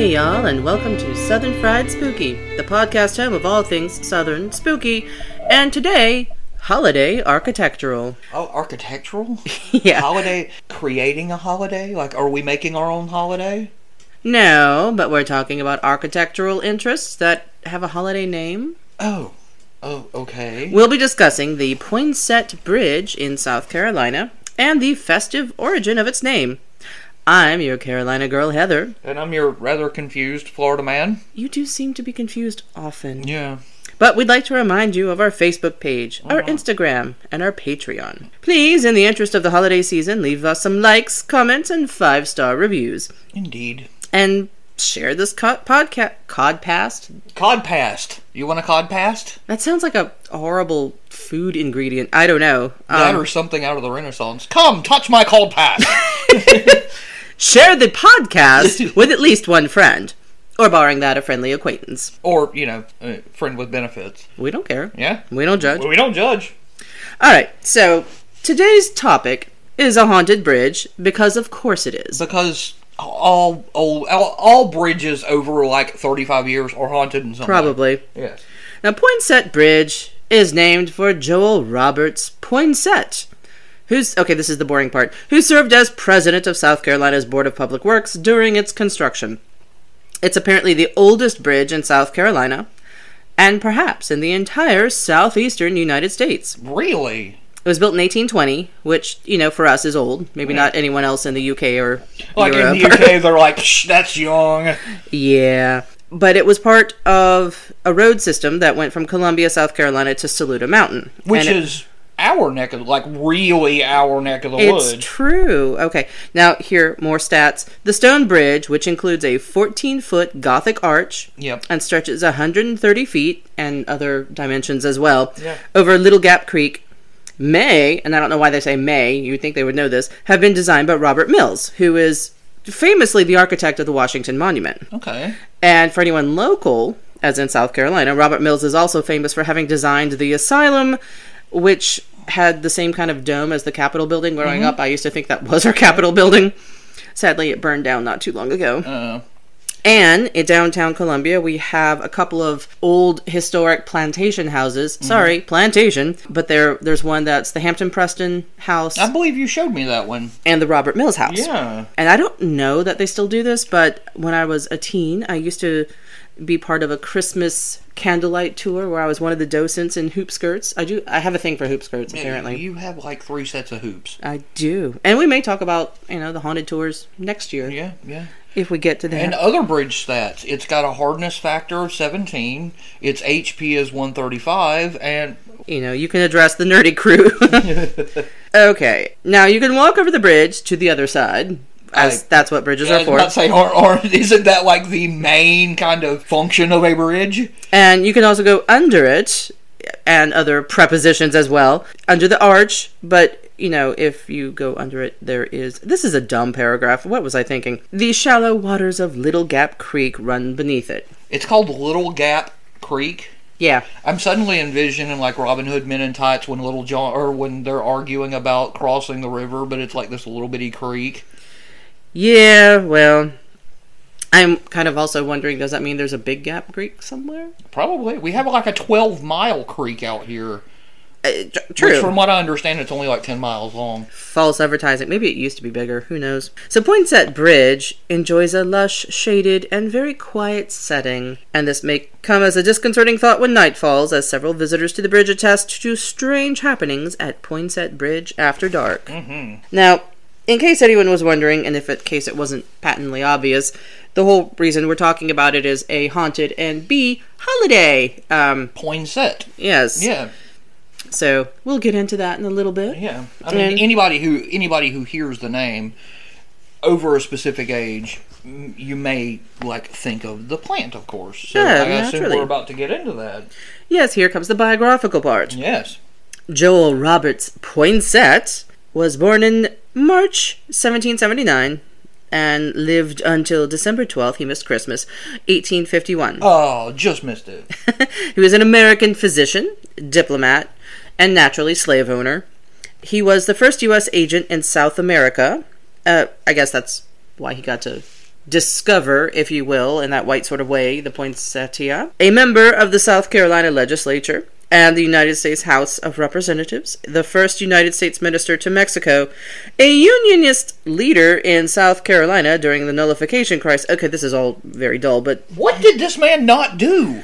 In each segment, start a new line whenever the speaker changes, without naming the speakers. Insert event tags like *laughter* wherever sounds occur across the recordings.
y'all, and welcome to Southern Fried Spooky, the podcast home of all things Southern Spooky, and today, holiday architectural.
Oh, architectural?
*laughs* yeah.
Holiday? Creating a holiday? Like, are we making our own holiday?
No, but we're talking about architectural interests that have a holiday name.
Oh. Oh, okay.
We'll be discussing the Poinsett Bridge in South Carolina and the festive origin of its name. I'm your Carolina girl, Heather.
And I'm your rather confused Florida man.
You do seem to be confused often.
Yeah.
But we'd like to remind you of our Facebook page, our Instagram, and our Patreon. Please, in the interest of the holiday season, leave us some likes, comments, and five star reviews.
Indeed.
And share this co- podcast. Codpast?
Cod past. You want a cod past?
That sounds like a horrible food ingredient. I don't know.
That
Um,
or something out of the Renaissance. Come, touch my cod past.
*laughs* share the podcast with at least one friend, or barring that, a friendly acquaintance.
or, you know, uh, friend with benefits.
We don't care.
Yeah?
We don't judge.
Well, we don't judge.
All right, so today's topic is a haunted bridge because, of course, it is.
Because all, all, all, all bridges over, like, 35 years are haunted in some way.
Probably.
Yes.
Now, Poinsett Bridge is named for Joel Roberts Poinsett, who's okay. This is the boring part. Who served as president of South Carolina's Board of Public Works during its construction. It's apparently the oldest bridge in South Carolina, and perhaps in the entire southeastern United States.
Really?
It was built in 1820, which you know for us is old. Maybe not anyone else in the UK or
Like,
*laughs* Europe.
in the UK, they're like, Shh, that's young.
Yeah. But it was part of a road system that went from Columbia, South Carolina to Saluda Mountain.
which
And it-
is our neck of like really our neck of the
It's
woods.
true. Okay. Now, here, more stats. The stone bridge, which includes a 14 foot Gothic arch
Yep.
and stretches 130 feet and other dimensions as well
Yeah.
over Little Gap Creek, may, and I don't know why they say may, you'd think they would know this, have been designed by Robert Mills, who is famously the architect of the Washington Monument.
Okay.
And for anyone local, as in South Carolina, Robert Mills is also famous for having designed the asylum, which had the same kind of dome as the Capitol building growing up. I used to think that was our Capitol building. Sadly, it burned down not too long ago.
Uh,
And in downtown Columbia, we have a couple of old historic plantation houses. Sorry, plantation, but there there's one that's the Hampton Preston house
I believe you showed me that one.
and the Robert Mills house.
Yeah.
And I don't know that they still do this, but when I was a teen, I used to be part of a Christmas candlelight tour where I was one of the docents in hoop skirts. I do. I have a thing for hoop skirts, apparently.
You have like three sets of hoops.
I do, and we may talk about you know the haunted tours next year
Yeah, yeah.
if we get to that.
And uh, other bridge stats. It's got a hardness factor of 17. Its HP is 135 and
you know, you can address the nerdy
*laughs*
crew. okay, now you can walk over the bridge to the other side. As
I-
that's what bridges
I
are
was
for.
about to say or, or isn't that like the main kind of function of a bridge?
And you can also go under it and other prepositions as well, under the arch, but you know, if you go under it, there is. This is a dumb paragraph. What was I thinking? The shallow waters of Little Gap Creek run beneath it.
It's called Little Gap Creek.
Yeah.
I'm suddenly envisioning like Robin Hood men in tights when Little John or when they're arguing about crossing the river, but it's like this little bitty creek.
Yeah, well. I'm kind of also wondering does that mean there's a big gap creek somewhere?
Probably we have like a 12 mile creek out here.
Uh, tr-
Which,
true.
from what I understand, it's only like 10 miles long.
false advertising. Maybe it used to be bigger. Who knows? So Poinsett Bridge enjoys a lush, shaded, and very quiet setting, and this may come as a disconcerting thought when night falls, as several visitors to the bridge attest to strange happenings at Poinsett Bridge after dark.
Mm-hmm.
Now, in case anyone was wondering, and if in case it wasn't patently obvious, the whole reason we're talking about it is a haunted and B holiday. Um,
Poinsett.
yes.
Yeah,
So we'll get into that in a little bit.
yeah. I mean,
And-
anybody who anybody who hears the name over a specific age, m- you may like think of the plant, of course. So
Yeah,
I assume
naturally.
we're about to get into that.
Yes, here comes the biographical part.
Yes.
Joel Roberts Poinsett was born in March 1779 and lived until December 12th, he missed Christmas, 1851.
Oh, just missed it.
*laughs* He was an American physician, diplomat, and naturally slave owner. He was the first U.S. agent in South America. Uh, I guess that's why he got to discover, if you will, in that white sort of way, the poinsettia, a member of the South Carolina legislature and the United States House of Representatives, the first United States minister to Mexico, a Unionist leader in South Carolina during the nullification crisis. Okay, this is all very dull, but
What did this man not do?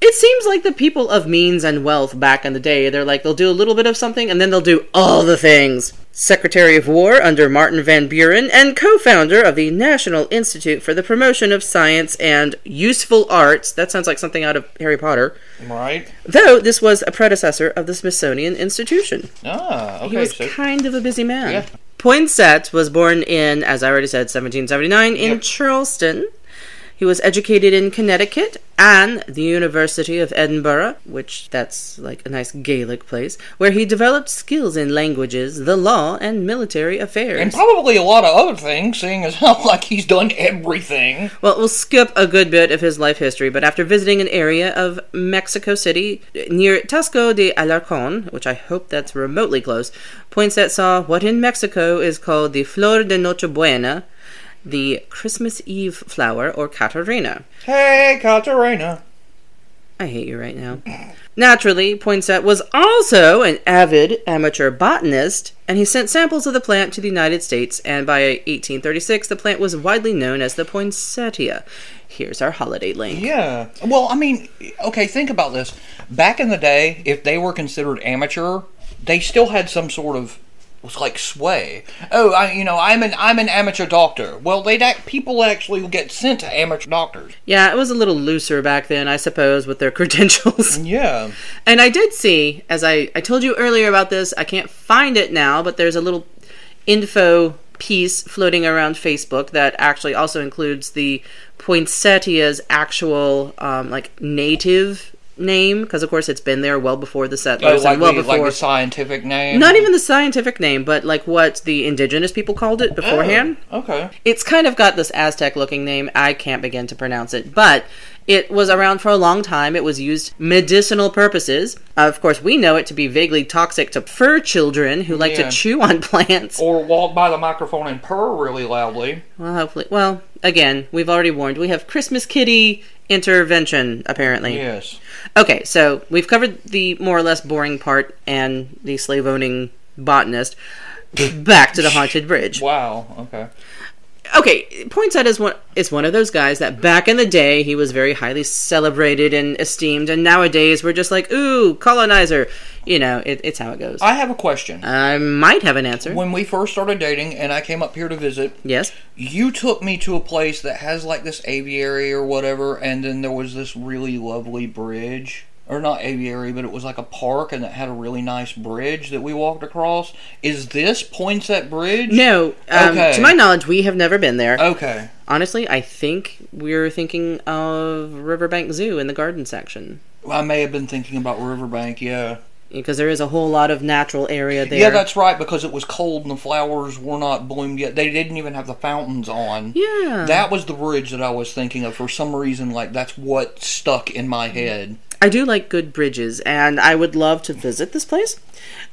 it seems like the people of means and wealth back in the day, they're like, they'll do a little bit of something and then they'll do all the things. Secretary of War under Martin Van Buren and co founder of the National Institute for the Promotion of Science and Useful Arts. That sounds like something out of Harry Potter.
Right?
Though this was a predecessor of the Smithsonian Institution.
Ah,
He
okay.
was
So
kind of a busy man.
Yeah.
Poinsett was born in, as I already said, 1779 in
Yep.
Charleston. He was educated in Connecticut and the University of Edinburgh, which that's like a nice Gaelic place, where he developed skills in languages, the law, and military affairs.
and probably a lot of other things, seeing as *laughs* how like he's done everything.
Well, we'll skip a good bit of his life history, but after visiting an area of Mexico City near Tasco de Alarcón, which I hope that's remotely close, Poinsett saw what in Mexico is called the Flor de Nochebuena, the Christmas Eve flower, or Catarina.
Hey, Katarina.
I hate you right now. Naturally, Poinsett was also an avid amateur botanist, and he sent samples of the plant to the United States, and by 1836, the plant was widely known as the poinsettia. Here's our holiday link.
Yeah. Well, I mean, okay, think about this. Back in the day, if they were considered amateur, they still had some sort of was like sway. Oh, I you know, I'm an I'm an amateur doctor. Well, they would people actually get sent to amateur doctors.
Yeah, it was a little looser back then, I suppose, with their *laughs* credentials.
Yeah.
and I did see, as I, I told you earlier about this, I can't find it now, but there's a little info piece floating around Facebook that actually also includes the poinsettia's actual um, like native name, because of course it's been there well before the
Oh,
settlers
like,
and well
the,
before
like the scientific name.
not even the scientific name, but like what the indigenous people called it
Oh,
beforehand.
Okay.
It's kind of got this Aztec looking name. I can't begin to pronounce it, but it was around for a long time. It was used medicinal purposes. Uh, of course, we know it to be vaguely toxic to fur children who like
Yeah.
to chew on plants.
Or walk by the microphone and purr really loudly.
Well, hopefully. Well, again, we've already warned. We have Christmas kitty intervention, apparently.
Yes.
Okay, so we've covered the more or less boring part and the slave owning
*laughs*
botanist. Back to the haunted bridge.
Wow. Okay.
okay, Poinsett is one is one of those guys that back in the day he was very highly celebrated and esteemed, and nowadays we're just like, ooh, colonizer. You know, it, it's how it goes. I,
I have a question.
might have an answer.
When we first started dating and I came up here to visit,
yes.
you took me to a place that has like this aviary or whatever, and then there was this really lovely bridge. Or not aviary, but it was like a park and it had a really nice bridge that we walked across. Is this Poinsett Bridge?
No. Um,
Okay. Uh,
To my knowledge, we have never been there.
Okay.
Honestly, I think we're thinking of Riverbank Zoo in the garden section
I may have been thinking about Riverbank, yeah.
because there is a whole lot of natural area there.
Yeah, that's right, because it was cold and the flowers were not bloomed yet. They didn't even have the fountains on.
yeah.
That was the bridge that I was thinking of. For some reason, like, that's what stuck in my head.
I do like good bridges, and I would love to visit this place.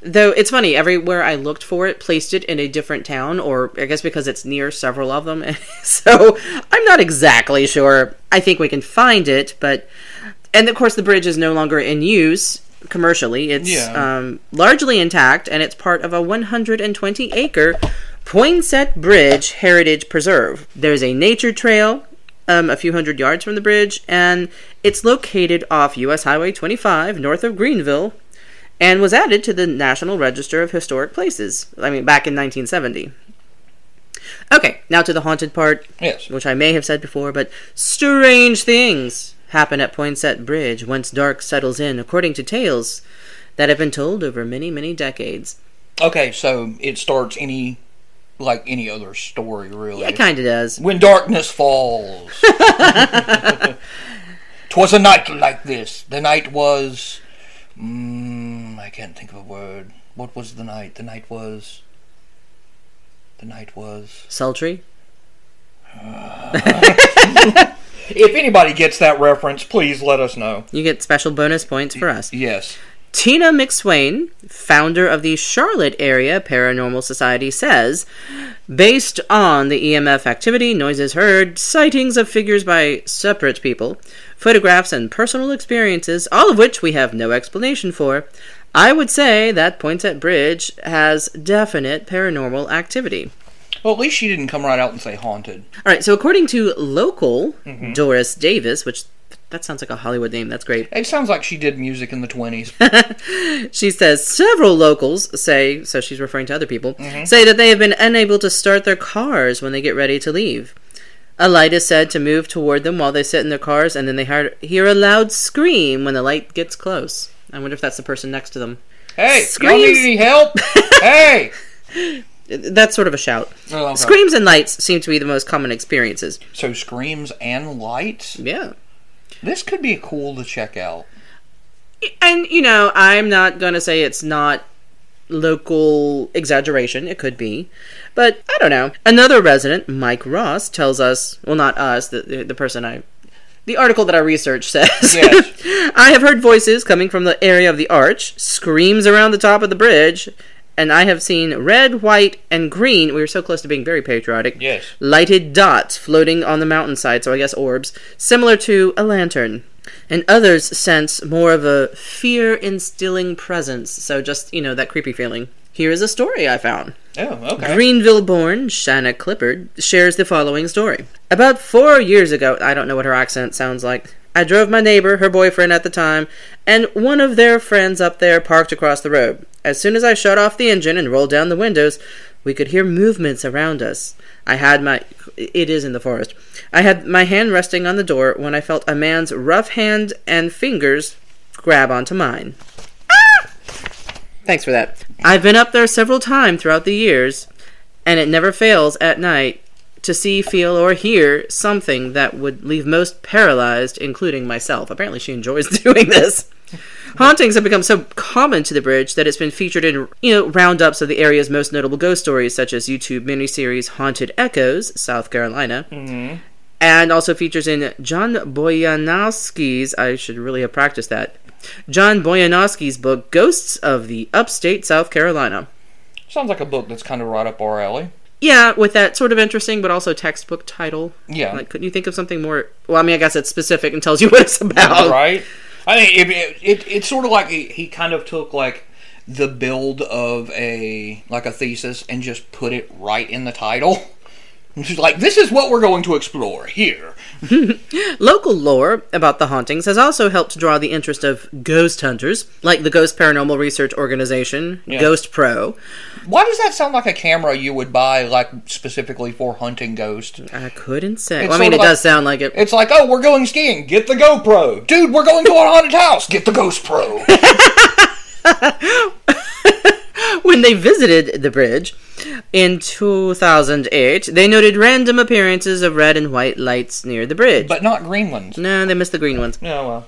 Though it's funny, everywhere I looked for it, placed it in a different town, or I guess because it's near several of them. *laughs* so I'm not exactly sure. I think we can find it, but. And of course, the bridge is no longer in use commercially. It's
Yeah.
um, largely intact, and it's part of a 120 acre Poinsett Bridge Heritage Preserve. There's a nature trail um, a few hundred yards from the bridge, and it's located off U.S. Highway 25 north of Greenville and was added to the National Register of Historic Places, I mean, back in 1970. Okay, now to the haunted part,
Yes.
which I may have said before, but strange things happen at Poinsett Bridge once dark settles in, according to tales that have been told over many, many decades.
Okay, so it starts any like any other story really.
It kind of does.
when darkness falls. 'Twas a night like this. The night was mm, I can't think of a word. What was the night? The night was the night was.
Sultry?
If anybody gets that reference, please let us know.
You get special bonus points for us.
Yes.
Tina McSwain, founder of the Charlotte Area Paranormal Society, says based on the EMF activity, noises heard, sightings of figures by separate people, photographs, and personal experiences, all of which we have no explanation for, I would say that Poinsett Bridge has definite paranormal activity.
Well, at least she didn't come right out and say haunted.
All right, so according to local Doris Davis, which that sounds like a Hollywood name, that's great.
It sounds like she did music in the 20s.
*laughs* She says several locals say, so she's referring to other people, say that they have been unable to start their cars when they get ready to leave. A light is said to move toward them while they sit in their cars, and then they hear, hear a loud scream when the light gets close. I wonder if that's the person next to them. *laughs*
hey, y'all
Screams.
need any help? hey!
That's sort of a shout.
Oh, okay.
Screams and lights seem to be the most common experiences.
So screams and lights.
Yeah.
This could be cool to check out.
And, you know, I'm not going to say it's not local exaggeration. It could be. But I don't know. Another resident, Mike Ross, tells us well, not us, the, the, the person I. The article that I researched *laughs* says
Yes.
*laughs* I have heard voices coming from the area of the arch, screams around the top of the bridge, and I have seen red, white, and green. We were so close to being very patriotic.
Yes.
Lighted dots floating on the mountainside, so I guess orbs, similar to a lantern. And others sense more of a fear instilling presence, so just, you know, that creepy feeling. Here is a story I found.
Oh, okay.
Greenville born Shanna Clippard shares the following story. About four years ago, I don't know what her accent sounds like. I drove my neighbor, her boyfriend at the time, and one of their friends up there parked across the road. As soon as I shut off the engine and rolled down the windows, we could hear movements around us. I had my. It is in the forest. I had my hand resting on the door when I felt a man's rough hand and fingers grab onto mine. Thanks for that. I've been up there several times throughout the years, and it never fails at night to see, feel, or hear something that would leave most paralyzed, including myself. Apparently, she enjoys *laughs* doing this. Hauntings have become so common to the bridge that it's been featured in you know roundups of the area's most notable ghost stories, such as YouTube miniseries "Haunted Echoes," South Carolina,
Mm-hmm.
and also features in John Boyanowski's. I should really have practiced that. John Boyanowski's book "Ghosts of the Upstate South Carolina."
Sounds like a book that's kind of right up our alley.
Yeah, with that sort of interesting but also textbook title.
Yeah.
Like, couldn't you think of something more? Well, I mean, I guess it's specific and tells you *laughs* what it's about.
Right? I mean, it, it, it, it's sort of like he, he kind of took like the build of a like a thesis and just put it right in the title. *laughs* Just like this is what we're going to explore here.
Local lore about the hauntings has also helped draw the interest of ghost hunters, like the Ghost Paranormal Research Organization, Ghost Pro.
Why does that sound like a camera you would buy like specifically for hunting ghosts?
I couldn't say.
It's
well, I mean,
sort
it
of like-
does sound like it.
It's like, oh, we're going skiing. Get the GoPro, dude. We're going to a haunted house. Get the Ghost Pro. *laughs*
When they visited the bridge in 2008, they noted random appearances of red and white lights near the bridge.
but not green ones.
no, they missed the green ones.
No, uh, well.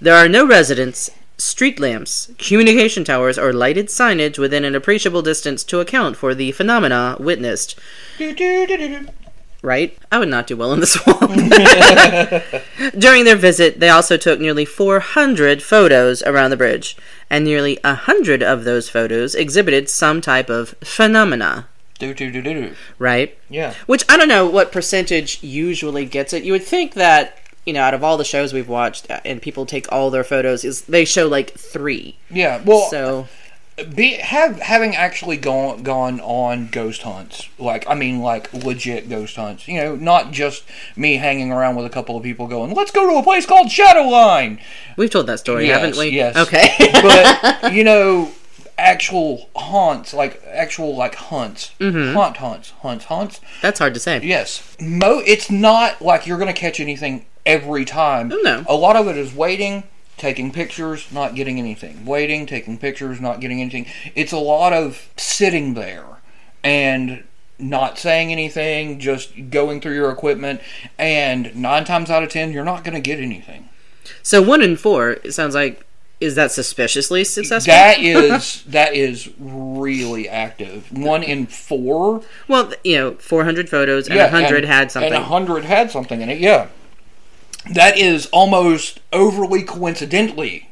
There are no residents, street lamps, communication towers, or lighted signage within an appreciable distance to account for the phenomena witnessed.
Do, do, do, do, do.
Right? I would not do well in the *laughs* swamp. During their visit, they also took nearly 400 photos around the bridge, and nearly 100 of those photos exhibited some type of phenomena.
Do, do, do, do, do.
Right?
Yeah.
Which I don't know what percentage usually gets it. You would think that, you know, out of all the shows we've watched uh, and people take all their photos, is they show like three.
Yeah. Well,
So.
be have having actually gone gone on ghost hunts like i mean like legit ghost hunts you know not just me hanging around with a couple of people going let's go to a place called shadowline
We've told that story,
Yes,
haven't we?
yes. *laughs*
Okay.
but you know actual haunts like actual like hunts haunt hunts hunts hunts
That's hard to say.
yes mo it's not like you're gonna catch anything every time
No.
a lot of it is waiting taking pictures not getting anything waiting taking pictures not getting anything it's a lot of sitting there and not saying anything just going through your equipment and nine times out of ten you're not going to get anything
So one in four it sounds like is that suspiciously successful?
that is that is really active one in four
well, th- you know, four hundred photos and a
Yeah,
hundred had something.
And 100 had something in it, yeah. That is almost overly coincidentally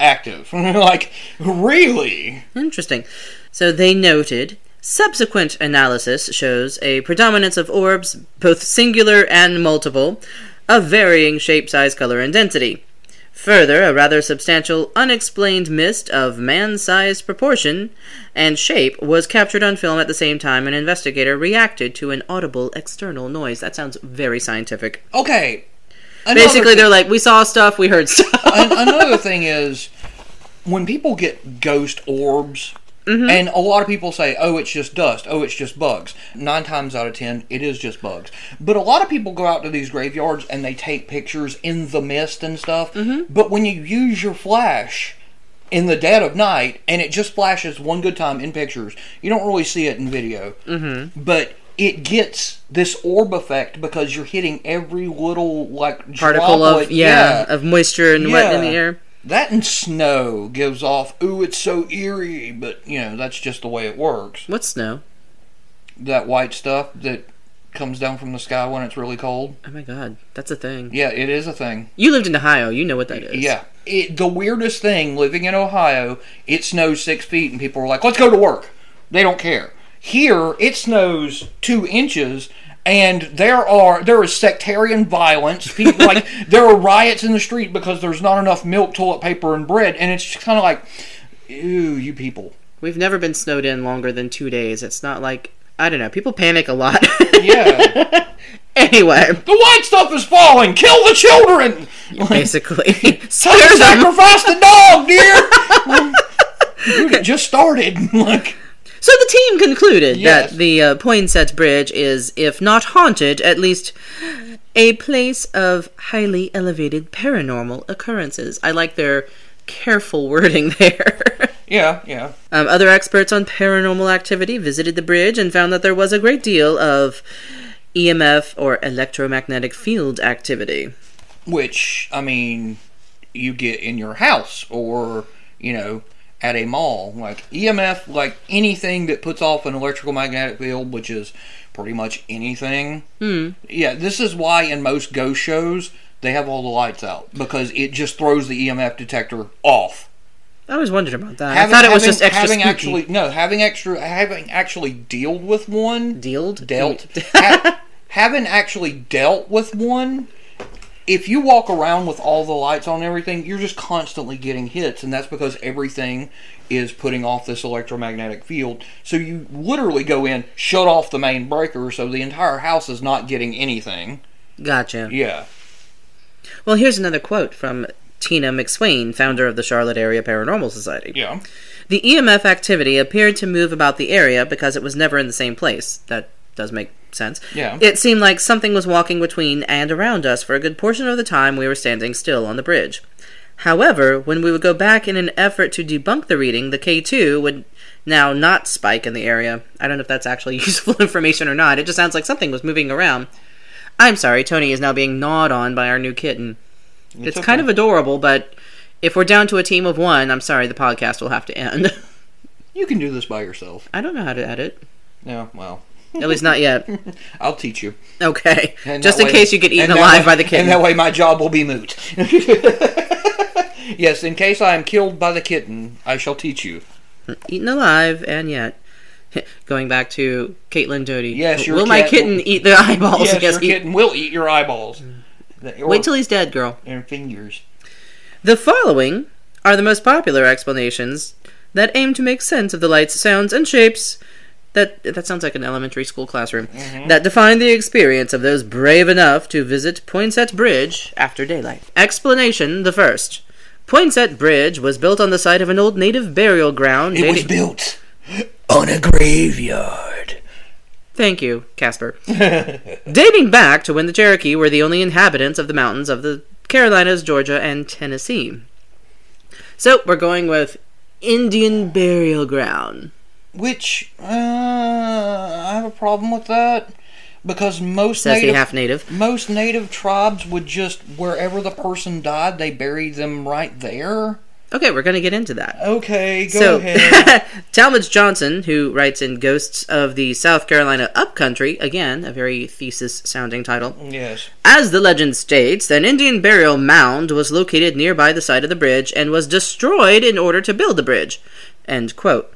active. *laughs* like, really?
Interesting. So they noted subsequent analysis shows a predominance of orbs, both singular and multiple, of varying shape, size, color, and density. Further, a rather substantial unexplained mist of man sized proportion and shape was captured on film at the same time an investigator reacted to an audible external noise. That sounds very scientific.
Okay. Another
Basically, they're like, we saw stuff, we heard stuff.
An- another thing is when people get ghost orbs
Mm-hmm.
and a lot of people say oh it's just dust oh it's just bugs nine times out of ten it is just bugs but a lot of people go out to these graveyards and they take pictures in the mist and stuff
Mm-hmm.
but when you use your flash in the dead of night and it just flashes one good time in pictures you don't really see it in video mm-hmm. but it gets this orb effect because you're hitting every little like
Particle
droplet.
of, yeah, of moisture and wet in the
Yeah.
air.
That and snow gives off, ooh, it's so eerie, but you know, that's just the way it works.
What's snow?
That white stuff that comes down from the sky when it's really cold.
Oh my god, that's a thing.
Yeah, it is a thing.
You lived in Ohio, you know what that is.
Yeah. It, the weirdest thing living in Ohio, it snows six feet and people are like, let's go to work. They don't care. Here, it snows two inches and there are there is sectarian violence. People like there are riots in the street because there's not enough milk, toilet paper, and bread, and it's just kind of like, ew, you people.
We've never been snowed in longer than two days. It's not like I don't know. People panic a lot. *laughs*
Yeah,
anyway,
*laughs* the white stuff is falling. Kill the children. *laughs*
basically, *laughs*
Like,
spare them.
sacrifice the dog, dear. *laughs* Dude, it just started. *laughs* Like.
So the team concluded
Yes.
that the uh, Poinsett Bridge is, if not haunted, at least a place of highly elevated paranormal occurrences. I like their careful wording *laughs* there.
Yeah, yeah.
Um, other experts on paranormal activity visited the bridge and found that there was a great deal of EMF or electromagnetic field activity.
Which, I mean, you get in your house or, you know, at a mall. Like EMF, like anything that puts off an electrical magnetic field, which is pretty much anything. Mm. Yeah, this is why in most ghost shows they have all the lights out because it just throws the EMF detector off.
I always wondered about that. I thought it was just extra
having
spooky.
actually no having extra having actually dealt with one
Dealed?
dealt ha-
*laughs*
having actually dealt with one if you walk around with all the lights on and everything you're just constantly getting hits and that's because everything is putting off this electromagnetic field so you literally go in shut off the main breaker so the entire house is not getting anything
Gotcha.
yeah
Well, here's another quote from Tina McSwain, founder of the Charlotte Area Paranormal Society.
yeah
The EMF activity appeared to move about the area because it was never in the same place. That does make sense.
Yeah.
It seemed like something was walking between and around us for a good portion of the time we were standing still on the bridge. However, when we would go back in an effort to debunk the reading, the K2 would now not spike in the area. I don't know if that's actually *laughs* useful information or not. It just sounds like something was moving around. I'm sorry, Tony is now being gnawed on by our new kitten. It's, kind of adorable, but if we're down to a team of one, I'm sorry, the podcast will have to end. *laughs*
you can do this by yourself
I don't know how to edit.
yeah well
At least not
*laughs*
yet.
i'll teach you
Okay.
And
Just
that
in
way-
case you get eaten
and that
alive
way-
by the
And
kitten.
that way my job will be moot. *laughs* yes, in case I am killed by the kitten, I shall teach you.
eaten alive and yet. *laughs* Going back to Caitlin Doty.
Yes, your
Will my
cat-
kitten eat the *laughs* eyeballs?
Yes, your
eat-
kitten will eat your eyeballs. Or
Wait till he's dead, girl.
their fingers.
The following are the most popular explanations that aim to make sense of the lights, sounds, and shapes that that sounds like an elementary school classroom
Mm-hmm.
that define the experience of those brave enough to visit Poinsett Bridge after daylight. Explanation the first. Poinsett Bridge was built on the site of an old native burial ground.
It was
dating-
built on a graveyard.
Thank you, Casper. *laughs* Dating back to when the Cherokee were the only inhabitants of the mountains of the Carolinas, Georgia, and Tennessee. So we're going with Indian burial ground.
Which uh, I have a problem with that because most
Says the
native
half native.
most native tribes would just wherever the person died, they buried them right there.
Okay, we're going to get into that.
Okay, go
so, *laughs*
ahead.
Talmadge Johnson, who writes in Ghosts of the South Carolina Upcountry, again, a very thesis sounding title,
yes.
As the legend states, an Indian burial mound was located nearby the side of the bridge and was destroyed in order to build the bridge. End quote.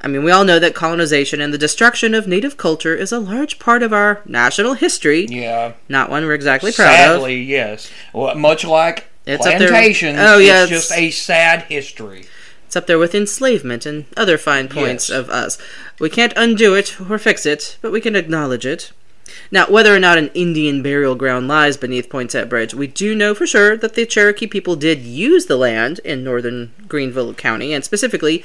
I mean, we all know that colonization and the destruction of native culture is a large part of our national history.
Yeah.
Not one we're exactly proud of.
Sadly, yes. Well, much like
It's up there-
plantations,
Oh, yeah,
it's
it's-
just a sad history.
It's up there with enslavement and other fine points
Yes.
of us. We can't undo it or fix it, but we can acknowledge it. Now, whether or not an Indian burial ground lies beneath Poinsett Bridge, we do know for sure that the Cherokee people did use the land in northern Greenville County, and specifically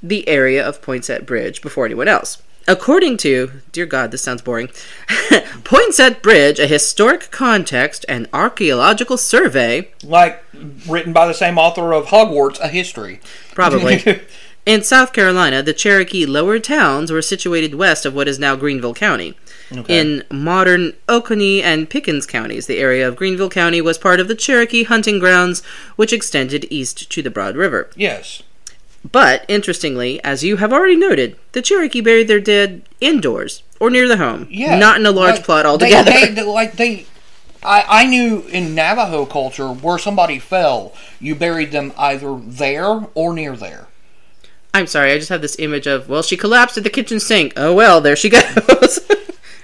the area of Poinsett Bridge, before anyone else. According to, dear God, this sounds boring, *laughs* Poinsett Bridge, a historic context and archaeological survey,
Like written by the same author of Hogwarts, A History. *laughs*
probably. In South Carolina, the Cherokee lower towns were situated west of what is now Greenville County. In modern Oconee and Pickens counties, the area of Greenville County was part of the Cherokee hunting grounds, which extended east to the Broad River.
yes.
But, interestingly, as you have already noted, the Cherokee buried their dead indoors or near the home,
Yeah.
not in a large
Like,
plot
they-
altogether.
They, they- like they I, I knew in Navajo culture where somebody fell, you buried them either there or near there.
*laughs* I'm sorry, I just have this image of, well, she collapsed at the kitchen sink. Oh, well, there she goes. *laughs*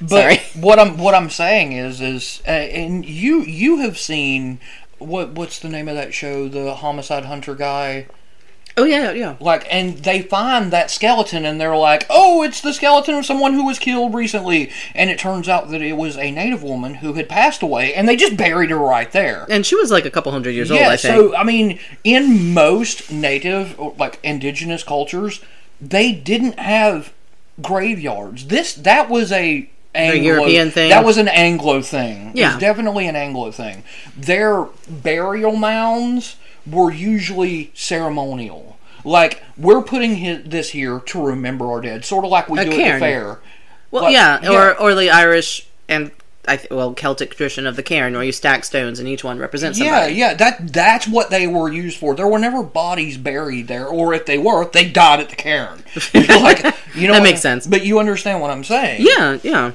But
sorry.
*laughs* what I'm what I'm saying is is uh, and you you have seen what what's the name of that show the homicide hunter guy
Oh, yeah, yeah.
like and they find that skeleton and they're like oh it's the skeleton of someone who was killed recently and it turns out that it was a native woman who had passed away and they just buried her right there
And she was like a couple hundred years old,
yeah
I think.
so i mean in most native or like indigenous cultures they didn't have graveyards this that was a Anglo,
European thing?
That was an Anglo thing. It was
Yeah.
definitely an Anglo thing. Their burial mounds were usually ceremonial. Like we're putting his, this here to remember our dead, sort of like we do at
cairn.
the fair.
Well,
Like,
yeah,
yeah.
or or the Irish and I th- well Celtic tradition of the cairn, where you stack stones and each one represents
Yeah,
somebody.
yeah, that that's what they were used for. There were never bodies buried there, or if they were, they died at the cairn.
*laughs*
like you know,
That
what-
makes sense.
But you understand what I'm saying?
Yeah, yeah.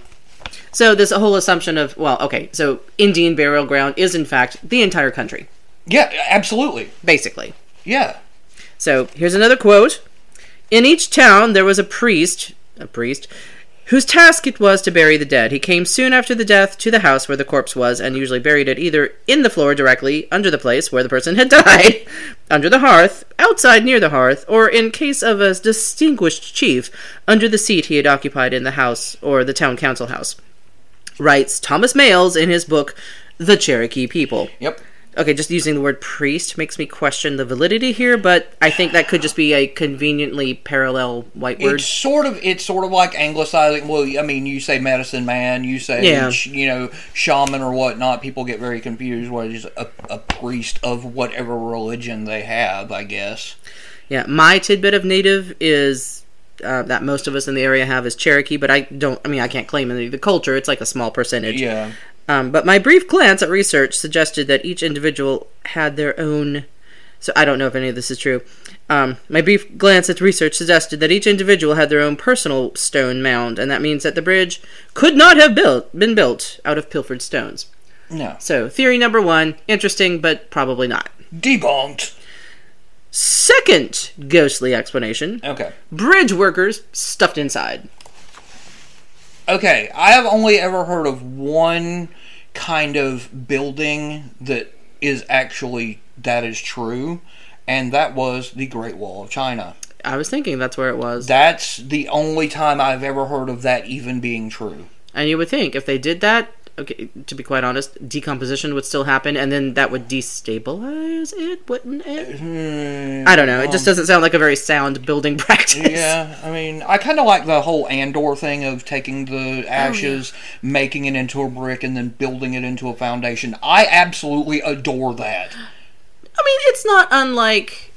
So this whole assumption of well, okay, so Indian burial ground is in fact the entire country,
yeah, absolutely.
basically.
Yeah,
So here's another quote: In each town there was a priest, a priest. Whose task it was to bury the dead. He came soon after the death to the house where the corpse was, and usually buried it either in the floor directly under the place where the person had *laughs* died, under the hearth, outside near the hearth, or in case of a distinguished chief, under the seat he had occupied in the house or the town council house. Writes Thomas Males in his book, The Cherokee People.
yep.
Okay, just using the word priest makes me question the validity here, but I think that could just be a conveniently parallel white word.
It's sort of it's sort of like anglicizing. Well, I mean, you say medicine man, you say
Yeah.
sh- you know shaman or whatnot. People get very confused. What is a, a priest of whatever religion they have? I guess.
Yeah, my tidbit of native is uh, that most of us in the area have is Cherokee, but I don't. I mean, I can't claim any of the culture. It's like a small percentage.
Yeah.
Um, but my brief glance at research suggested that each individual had their own. So I don't know if any of this is true. Um, my brief glance at research suggested that each individual had their own personal stone mound, and that means that the bridge could not have built been built out of pilfered stones.
No.
So theory number one, interesting, but probably not.
Debunked.
Second ghostly explanation:
Okay.
bridge workers stuffed inside.
Okay, I have only ever heard of one kind of building that is actually that is true, and that was the Great Wall of China.
I was thinking that's where it was.
That's the only time I've ever heard of that even being true.
and you would think if they did that, okay, to be quite honest, decomposition would still happen, and then that would destabilize it, wouldn't it?
Hmm,
I don't know. It just doesn't sound like a very sound building *laughs* practice.
Yeah, I mean, I kind of like the whole Andor thing of taking
Oh,
the ashes, making it into a brick, and then building it into a foundation. I absolutely adore that.
I mean, it's not unlike,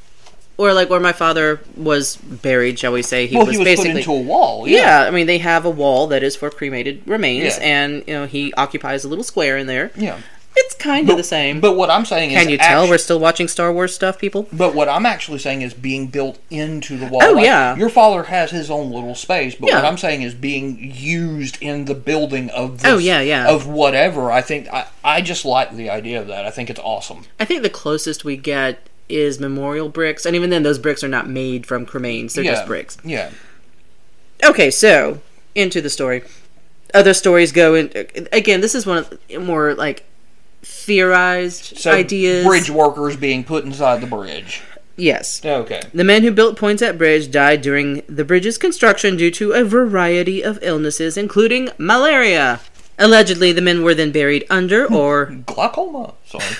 or like where my father was buried, shall we say? He
Well,
was
he was put
basically.
into a wall. Yeah.
yeah, I mean, they have a wall that is for cremated remains,
Yeah.
and you know he occupies a little square in there.
Yeah.
It's kind of the same.
But what I'm saying is,
Can you tell
actu-
we're still watching Star Wars stuff, people?
But what I'm actually saying is being built into the wall.
Oh, yeah.
Your father has his own little space, but what
Yeah.
I'm saying is being used in the building of this,
Oh, yeah, yeah.
of whatever. I think I, I just like the idea of that. I think it's awesome.
I think the closest we get is memorial bricks, and even then, those bricks are not made from cremains; they're
yeah.
just bricks.
Yeah.
Okay, so into the story. Other stories go in. Again, this is one of the more like theorized
So
ideas.
bridge workers being put inside the bridge.
Yes.
Okay.
The men who built Poinsett Bridge died during the bridge's construction due to a variety of illnesses, including malaria. Allegedly, the men were then buried under or
Glaucoma.
*laughs*
Sorry.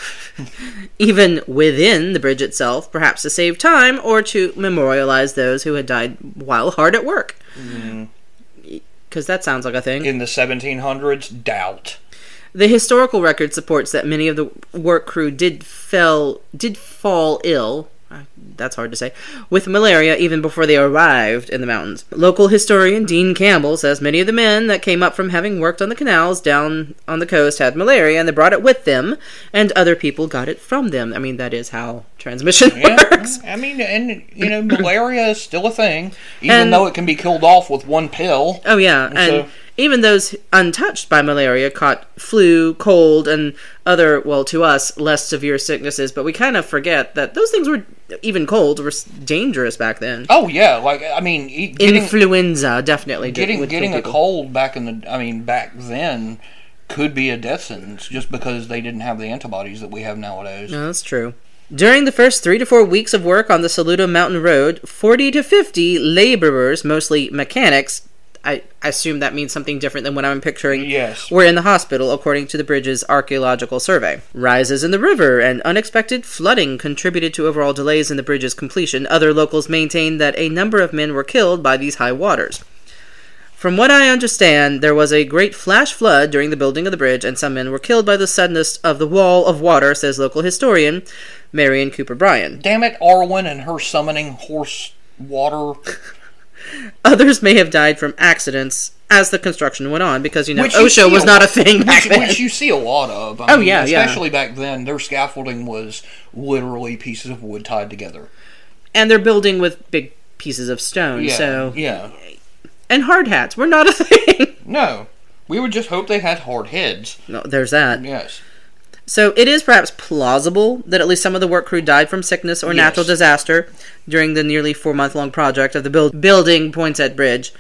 even within the bridge itself, perhaps to save time or to memorialize those who had died while hard at work. Because that sounds like a thing.
In the 1700s, doubt.
The historical record supports that many of the work crew did fell did fall ill. uh, That's hard to say. With malaria, even before they arrived in the mountains. Local historian Dean Campbell says many of the men that came up from having worked on the canals down on the coast had malaria and they brought it with them, and other people got it from them. I mean, that is how transmission *laughs*
Yeah,
works.
I mean, and you know, malaria is still a thing, even
And-
though it can be killed off with one pill.
Oh yeah, and
so-
even those untouched by malaria caught flu, cold, and other well to us less severe sicknesses. But we kind of forget that those things were even cold were s- dangerous back then.
Oh yeah, like I mean, e- getting
Influenza definitely did-
getting
would kill
getting a
people.
cold back in the I mean back then could be a death sentence just because they didn't have the antibodies that we have nowadays.
No, that's true. During the first three to four weeks of work on the Saluda Mountain Road, 40 to 50 laborers, mostly mechanics, I I assume that means something different than what I'm picturing,
Yes.
were in the hospital, according to the bridge's archaeological survey. Rises in the river and unexpected flooding contributed to overall delays in the bridge's completion. Other locals maintained that a number of men were killed by these high waters. From what I understand, there was a great flash flood during the building of the bridge, and some men were killed by the suddenness of the wall of water, says local historian Marion Cooper Bryan.
Damn it, Arwen and her summoning horse water,
Others may have died from accidents as the construction went on, because you know
Which you
OSHA was
see a
not a
lot-
thing *laughs* back
which,
then.
which you see a lot of. I
Oh, yeah, yeah.
especially back then. Their scaffolding was literally pieces of wood tied together.
and they're building with big pieces of stone.
Yeah,
So
yeah,
and hard hats were not a thing.
no, we would just hope they had hard heads.
*laughs* no, there's that.
Yes,
So it is perhaps plausible that at least some of the work crew died from sickness or natural
Yes.
disaster during the nearly four month long project of the build- building Poinsett Bridge.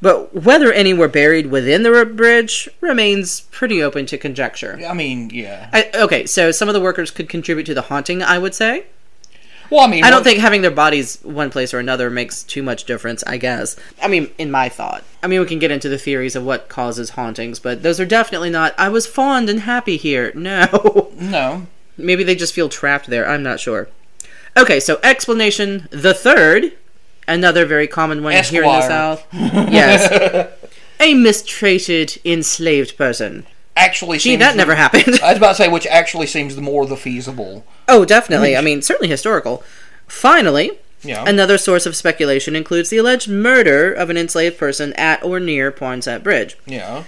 But whether any were buried within the r- bridge remains pretty open to conjecture.
I mean, yeah.
I, okay, so some of the workers could contribute to the haunting, I would say.
Well, I mean,
I don't
what-
think having their bodies one place or another makes too much difference, I guess. I mean, in my thought. I mean, we can get into the theories of what causes hauntings, but those are definitely not, I was fond and happy here. *laughs* No.
no.
Maybe they just feel trapped there. I'm not sure. Okay, so explanation the third, another very common one here in the
Esquire.
South. Yes. A mistreated, enslaved person.
*laughs* Actually,
Gee,
seems
that never happened. *laughs*
I was about to say, which actually seems the more the feasible.
Oh, definitely. I mean, certainly historical. Finally,
Yeah.
another source of speculation includes the alleged murder of an enslaved person at or near Poinsett Bridge.
Yeah.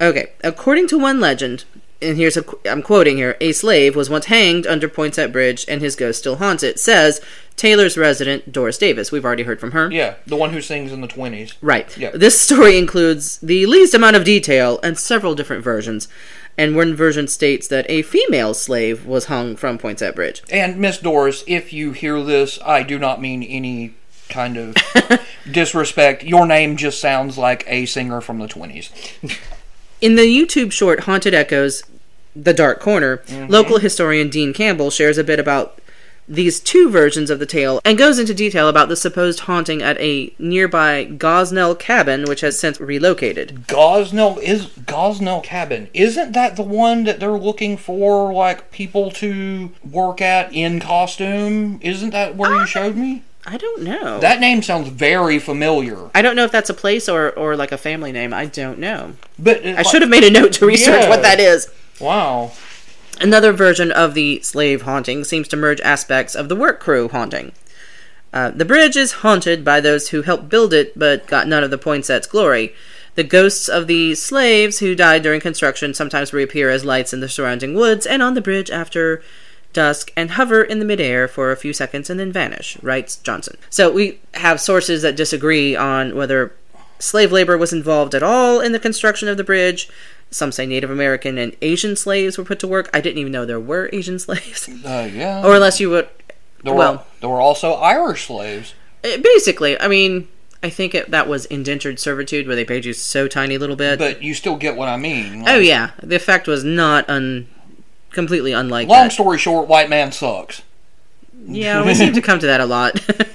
Okay, according to one legend, and here's a qu- I'm quoting here: a slave was once hanged under Poinsett Bridge, and his ghost still haunts it. Says Taylor's resident Doris Davis. We've already heard from her.
Yeah, the one who sings in the 20s.
Right.
Yeah.
This story includes the least amount of detail and several different versions. And one version states that a female slave was hung from Poinsett Bridge.
And Miss Doris, if you hear this, I do not mean any
*laughs*
kind of disrespect. Your name just sounds like a singer from the 20s.
In the YouTube short Haunted Echoes, The Dark Corner, local historian Dean Campbell shares a bit about these two versions of the tale and goes into detail about the supposed haunting at a nearby Gosnell cabin, which has since relocated.
Gosnell is Gosnell Cabin. Isn't that the one that they're looking for like people to work at in costume? Isn't that where
Um,
you showed me?
I don't know.
That name sounds very familiar.
I don't know if that's a place or, or like a family name. I don't know.
But
I should have made a note to research
Yeah.
what that is.
Wow.
Another version of the slave haunting seems to merge aspects of the work crew haunting. Uh, the bridge is haunted by those who helped build it but got none of the Poinset's glory. The ghosts of the slaves who died during construction sometimes reappear as lights in the surrounding woods and on the bridge after dusk and hover in the midair for a few seconds and then vanish, writes Johnson. So we have sources that disagree on whether slave labor was involved at all in the construction of the bridge. Some say Native American and Asian slaves were put to work. I didn't even know there were Asian *laughs* slaves.
Uh, yeah.
or unless you would.
there were,
well,
there were also Irish slaves.
eh, basically, I mean, I think it, that was indentured servitude where they paid you so tiny little bit.
But you still get what I mean.
oh,
Like,
yeah. The effect was not un, completely unlike
Long
that.
story short, white man sucks.
Yeah, we seem to come to that a lot. *laughs*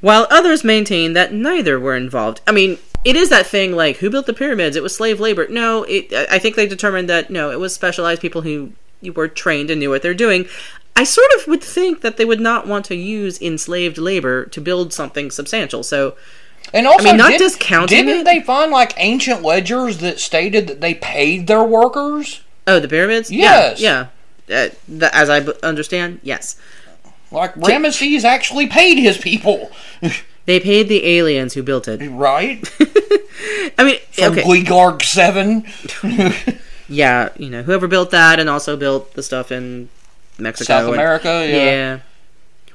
While others maintain that neither were involved. I mean, it is that thing like who built the pyramids? It was slave labor. No, it, I I think they determined that no, it was specialized people who were trained and knew what they're doing. I sort of would think that they would not want to use enslaved labor to build something substantial. So,
And also,
mean, not
did,
discounting
Didn't
it.
they find like ancient ledgers that stated that they paid their workers?
oh, the pyramids?
Yes.
Yeah. yeah. Uh, th- as I b- understand, yes.
Like Ramesses actually paid his people,
They paid the aliens who built it.
right?
I mean, *laughs*
From
okay. *laughs*
Gleegarg Seven,
yeah, you know, whoever built that and also built the stuff in Mexico.
South
and-
America.
Yeah.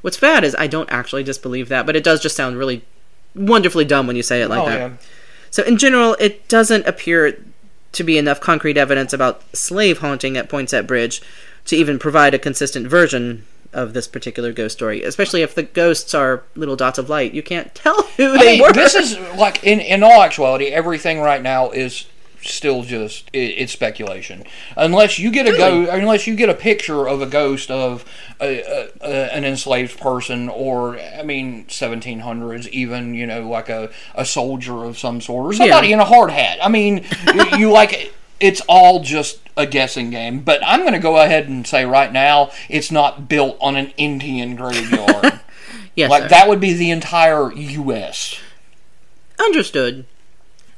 What's bad is I don't actually disbelieve that, but it does just sound really wonderfully dumb when you say it like
oh
that.
yeah.
So in general, it doesn't appear to be enough concrete evidence about slave haunting at Poinsett Bridge to even provide a consistent version of this particular ghost story, especially if the ghosts are little dots of light. You can't tell who
I
they
mean,
were.
this is like in in all actuality, everything right now is still just it, it's speculation. Unless you get a go, unless you get a picture of a ghost of a, a, a, an enslaved person, or I mean, seventeen hundreds, even you know, like a a soldier of some sort, or somebody in a hard hat. I mean, you, you like. It's all just a guessing game, but I'm going to go ahead and say right now it's not built on an Indian graveyard.
*laughs* *laughs* yes,
like
sir.
that would be the entire U.S.
Understood.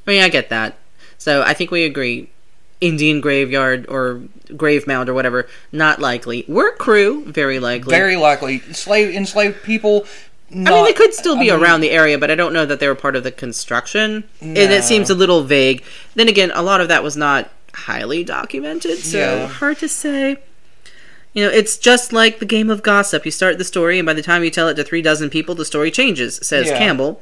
I mean, I get that. So I think we agree. Indian graveyard or grave mound or whatever, not likely. Work crew, very likely.
Very likely. Slave enslaved people.
I
Not,
mean, they could still be
I mean,
around the area, but I don't know that they were part of the construction. And it seems a little vague. Then again, a lot of that was not highly documented, so
Yeah.
hard to say. You know, it's just like the game of gossip. You start the story, and by the time you tell it to three dozen people, the story changes, says
Yeah.
Campbell,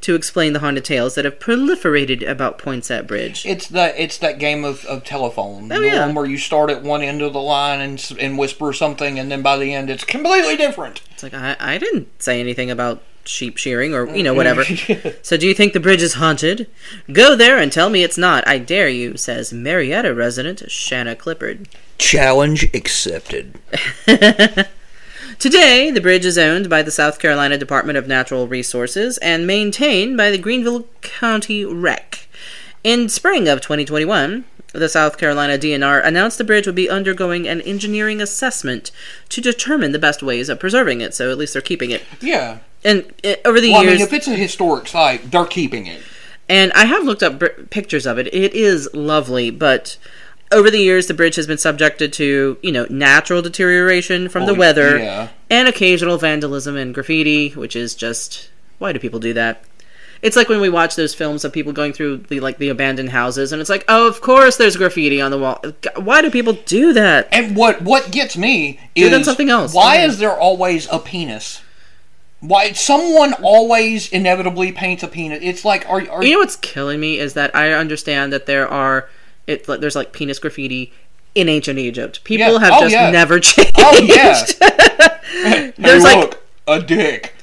to explain the haunted tales that have proliferated about Poinsett Bridge.
It's that it's that game of, of telephone, the
Oh, yeah.
one where you start at one end of the line and s- and whisper something, and then by the end it's completely different.
It's like I, I didn't say anything about sheep shearing or you know
*laughs*
whatever. so do you think the bridge is haunted? Go there and tell me it's not. I dare you, says Marietta resident Shanna Clippard.
Challenge accepted.
Today, the bridge is owned by the South Carolina Department of Natural Resources and maintained by the Greenville County Rec. In spring of 2021, the South Carolina DNR announced the bridge would be undergoing an engineering assessment to determine the best ways of preserving it. So at least they're keeping it.
Yeah.
And uh, over the
Well, I
years,
mean, if it's a historic site, they're keeping it.
And I have looked up br- pictures of it. It is lovely, but over the years, the bridge has been subjected to, you know, natural deterioration from the
Well,
weather
Oh, yeah.
and occasional vandalism and graffiti, which is just why do people do that? It's like when we watch those films of people going through the like the abandoned houses, and it's like, oh, of course, there's graffiti on the wall. G- Why do people do that?
And what what gets me
Dude,
is
that's something else.
Why
Yeah.
is there always a penis? Why someone always inevitably paints a penis? It's like are are
You know what's killing me is that I understand that there are it like, there's like penis graffiti in ancient Egypt. People
Yeah.
have
Oh,
just
yeah.
never *laughs* changed.
Oh *laughs* yeah.
There's like *laughs*
a dick.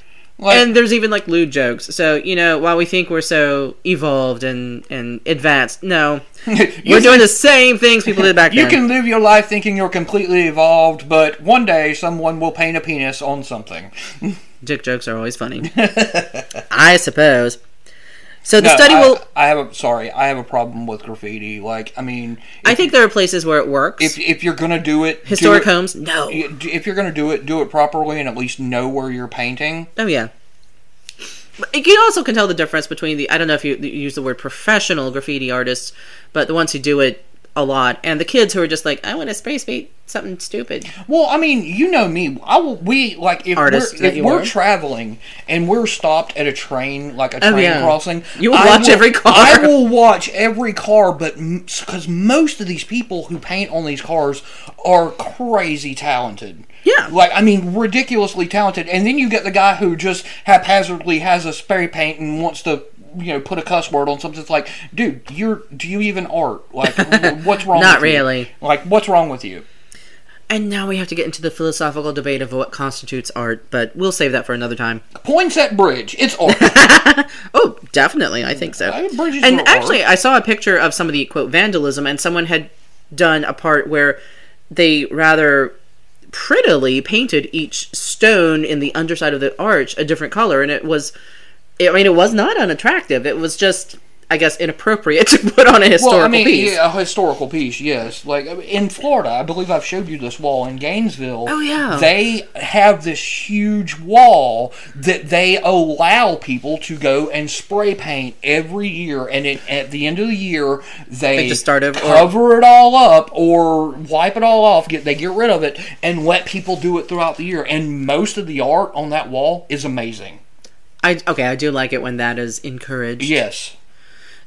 Like,
and there's even like lewd jokes. So you know, while we think we're so evolved and and advanced, no,
you
we're doing the same things people did back
*laughs* You
then.
can live your life thinking you're completely evolved, but one day someone will paint a penis on something.
Dick jokes are always
*laughs*
funny, I suppose. So the
No,
study
I,
will.
I have a sorry. I have a problem with graffiti. Like, I mean,
I think there are places where it works.
if if you're gonna do it,
Historic
do it,
homes, no.
if you're gonna do it, do it properly and at least know where you're painting.
Oh yeah. But You also can tell the difference between the I don't know if you, you use the word professional graffiti artists, but the ones who do it a lot, and the kids who are just like, I want a space beat, something stupid.
Well, I mean, you know me. I will, we like if
Artist
we're
that
if
you
we're
are.
traveling and we're stopped at a train like a
Oh,
train
yeah.
crossing.
You will
I
watch every car.
I will watch every car, but because most of these people who paint on these cars are crazy talented.
Yeah.
like I mean, ridiculously talented. And then you get the guy who just haphazardly has a spray paint and wants to. You know, put a cuss word on something. It's like, dude, you're do you even art?
*laughs*
Like, what's wrong?
Not
with you?
really.
Like, what's wrong with you?
And now we have to get into the philosophical debate of what constitutes art, but we'll save that for another time.
Poinsett Bridge.
*laughs*
It's art.
Oh, definitely, I think so.
I mean, bridges
and
are
actually, I saw a picture of some of the quote vandalism, and someone had done a part where they rather prettily painted each stone in the underside of the arch a different color, and it was, I mean, it was not unattractive. It was just, I guess, inappropriate *laughs* to put on a historical
well, I mean,
piece.
yeah, a historical piece, yes. Like in Florida, I believe I've showed you this wall in Gainesville.
Oh, yeah.
they have this huge wall that they allow people to go and spray paint every year, and it, at the end of the year they,
just start over-
cover it all up or wipe it all off. Get they get rid of it and let people do it throughout the year. And most of the art on that wall is amazing.
I okay, I do like it when that is encouraged.
Yes.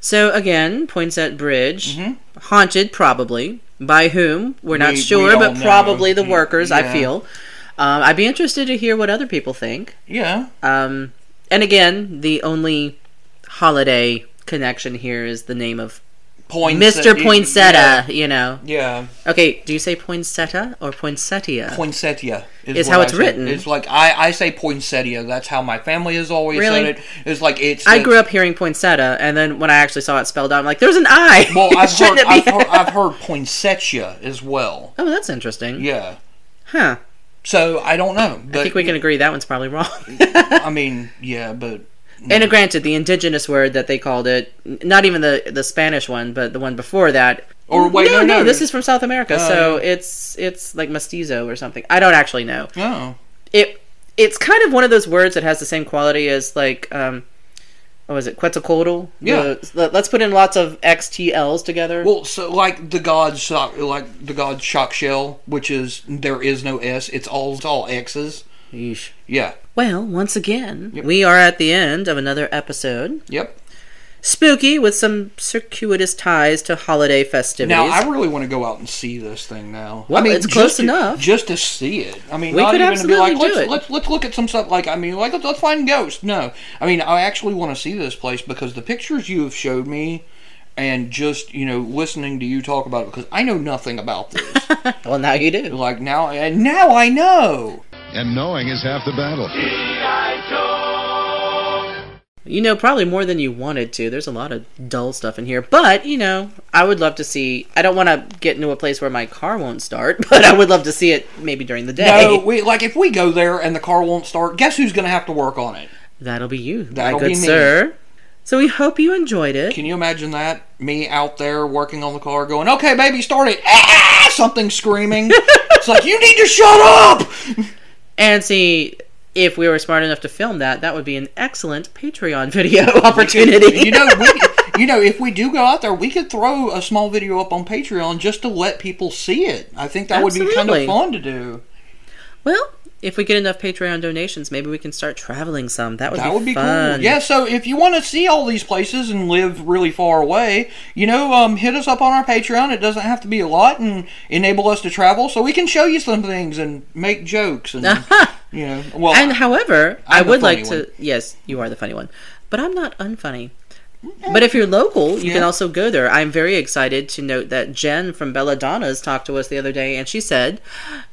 So again, Poinsett Bridge, haunted probably by whom we're not
Mm-hmm. We- we
sure,
all
but
know.
probably the
Mm,
workers. I
yeah.
feel. Um, I'd be interested to hear what other people think.
Yeah.
Um, and again, the only holiday connection here is the name of
Poinsett-
Mr. Poinsettia. You know.
Yeah.
Okay, do you say poinsettia or poinsettia?
poinsettia is,
Is
what
how
I
it's
say.
written.
It's like I, I say poinsettia. That's how my family has always
Really?
said it. It's like it's.
I grew up hearing poinsettia, and then when I actually saw it spelled out, I'm like, "There's an I." *laughs*
Well, I've heard,
Shouldn't it be?
I've heard I've heard poinsettia as well.
oh, that's interesting.
Yeah.
Huh?
So I don't know. But,
I think we can agree that one's probably wrong.
*laughs* I mean, yeah, but
And granted, the indigenous word that they called it, n- not even the the Spanish one, but the one before that.
Or wait,
no,
no, no. Oh,
this is from South America, so it's it's like mestizo or something. I don't actually know.
no.
It it's kind of one of those words that has the same quality as like um, what was it Quetzalcoatl?
Yeah.
The- let- let's put in lots of XTLs together.
Well, so like the god shock, like the god shock shell, which is there is no s. It's all it's all x's.
Yeesh.
Yeah.
Well, once again, we are at the end of another episode.
Yep.
Spooky with some circuitous ties to holiday festivities.
Now I really want to go out and see this thing now.
Well,
I mean,
it's
just
close
to-
enough.
just to see it. I mean,
We
not
could
even to be like,
absolutely do
let's,
it.
let's let's look at some stuff. Like, I mean, like let's, let's find ghosts. No, I mean, I actually want to see this place because the pictures you have showed me, and just you know, listening to you talk about it because I know nothing about this.
well, now you do.
*laughs* like now, and now I know.
and knowing is half the battle.
You know, probably more than you wanted to. There's a lot of dull stuff in here, but you know, I would love to see. I don't want to get into a place where my car won't start, *laughs* but I would love to see it maybe during the day.
No, we like if we go there and the car won't start. Guess who's going to have to work on it?
That'll be you,
That'll
my good
be me.
sir. So we hope you enjoyed it.
Can you imagine that? Me out there working on the car going, okay, baby, start it. Ah! Something screaming. it's like, you need to shut up!
and see if we were smart enough to film that. That would be an excellent Patreon *laughs* video opportunity.
You know, we, you know, if we do go out there, we could throw a small video up on Patreon just to let people see it. I think that would be kind
Absolutely.
of fun to do.
well, if we get enough Patreon donations, maybe we can start traveling some. That would
That
be
would be
fun.
cool. Yeah, so if you want to see all these places and live really far away, you know, um, hit us up on our Patreon. It doesn't have to be a lot and enable us to travel so we can show you some things and make
*laughs*
jokes and, you know, well,
And however, i
Oh, I'm the
would like
funny
to. Yes, you are the funny one, but I'm not unfunny. But if you're local, you can
Yeah.
also go there. I'm very excited to note that Jen from Belladonna's talked to us the other day, and she said,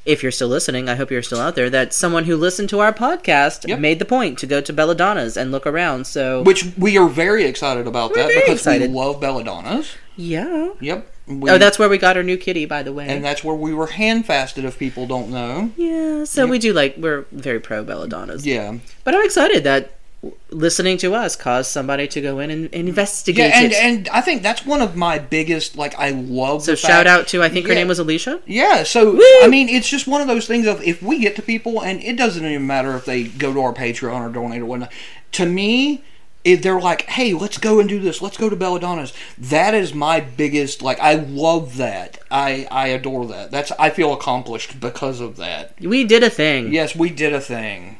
if you're still listening, I hope you're still out there, that someone who listened to our podcast
Yep.
made the point to go to Belladonna's and look around. So,
Which we are very excited about that
very
because
excited.
we love Belladonna's.
yeah.
Yep. We,
Oh, that's where we got our new kitty, by the way.
and that's where we were handfasted. If people don't know,
yeah, so we do like, we're very pro Belladonna's.
yeah,
But I'm excited that w- listening to us caused somebody to go in and investigate
yeah, and
it.
and I think that's one of my biggest. Like, I love.
So
the
shout
fact-
out to I think her
Yeah.
name was Alicia.
Yeah, so I mean, it's just one of those things of if we get to people, and it doesn't even matter if they go to our Patreon or donate or whatnot. To me, if they're like, hey, let's go and do this. Let's go to Belladonna's. That is my biggest. Like, I love that. I I adore that. That's I feel accomplished because of that.
We did a thing.
Yes, we did a thing.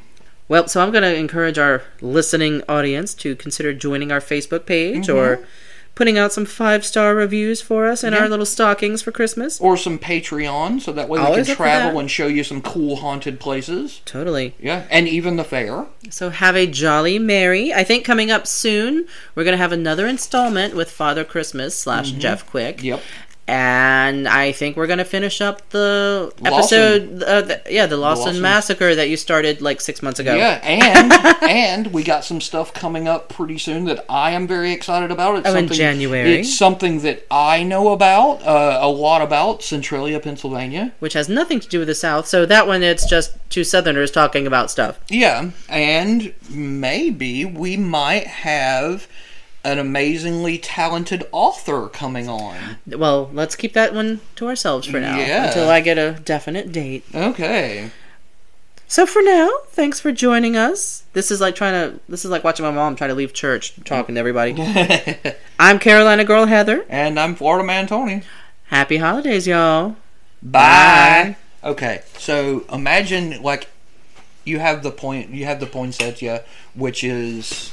Well, so I'm going to encourage our listening audience to consider joining our Facebook page
Mm-hmm.
or putting out some five star reviews for us in our little stockings for Christmas.
Or some Patreon, so that way we
Always
can
up for
travel
that.
and show you some cool haunted places.
Totally.
Yeah, and even the fair.
So have a jolly merry. I think coming up soon, we're going to have another installment with Father Christmas slash Jeff Quick.
Mm-hmm. Yep.
And I think we're going to finish up the
Lawson.
episode. Uh, the, yeah, the Lawson,
Lawson.
massacre that you started like six months ago. *laughs*
Yeah, and and we got some stuff coming up pretty soon that I am very excited about. It's
Oh, in
something-
January.
It's something that I know about uh, a lot about Centralia, Pennsylvania.
Which has nothing to do with the South. So that one, it's just two Southerners talking about stuff.
Yeah, and maybe we might have an amazingly talented author coming on.
Well, let's keep that one to ourselves for now
Yeah.
until I get a definite date.
Okay. *laughs*
So for now, thanks for joining us. This is like trying to this is like watching my mom try to leave church talking to everybody. I'm Carolina girl Heather.
And I'm Florida Man Tony.
Happy holidays, y'all.
Bye. Okay, so imagine like you have the point you have the poinsettia, which is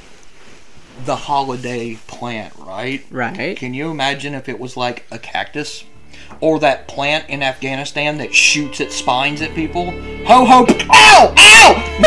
the holiday plant, right?
Right.
Can you imagine if it was like a cactus? Or that plant in Afghanistan that shoots its spines at people? Ho ho ow! Ow!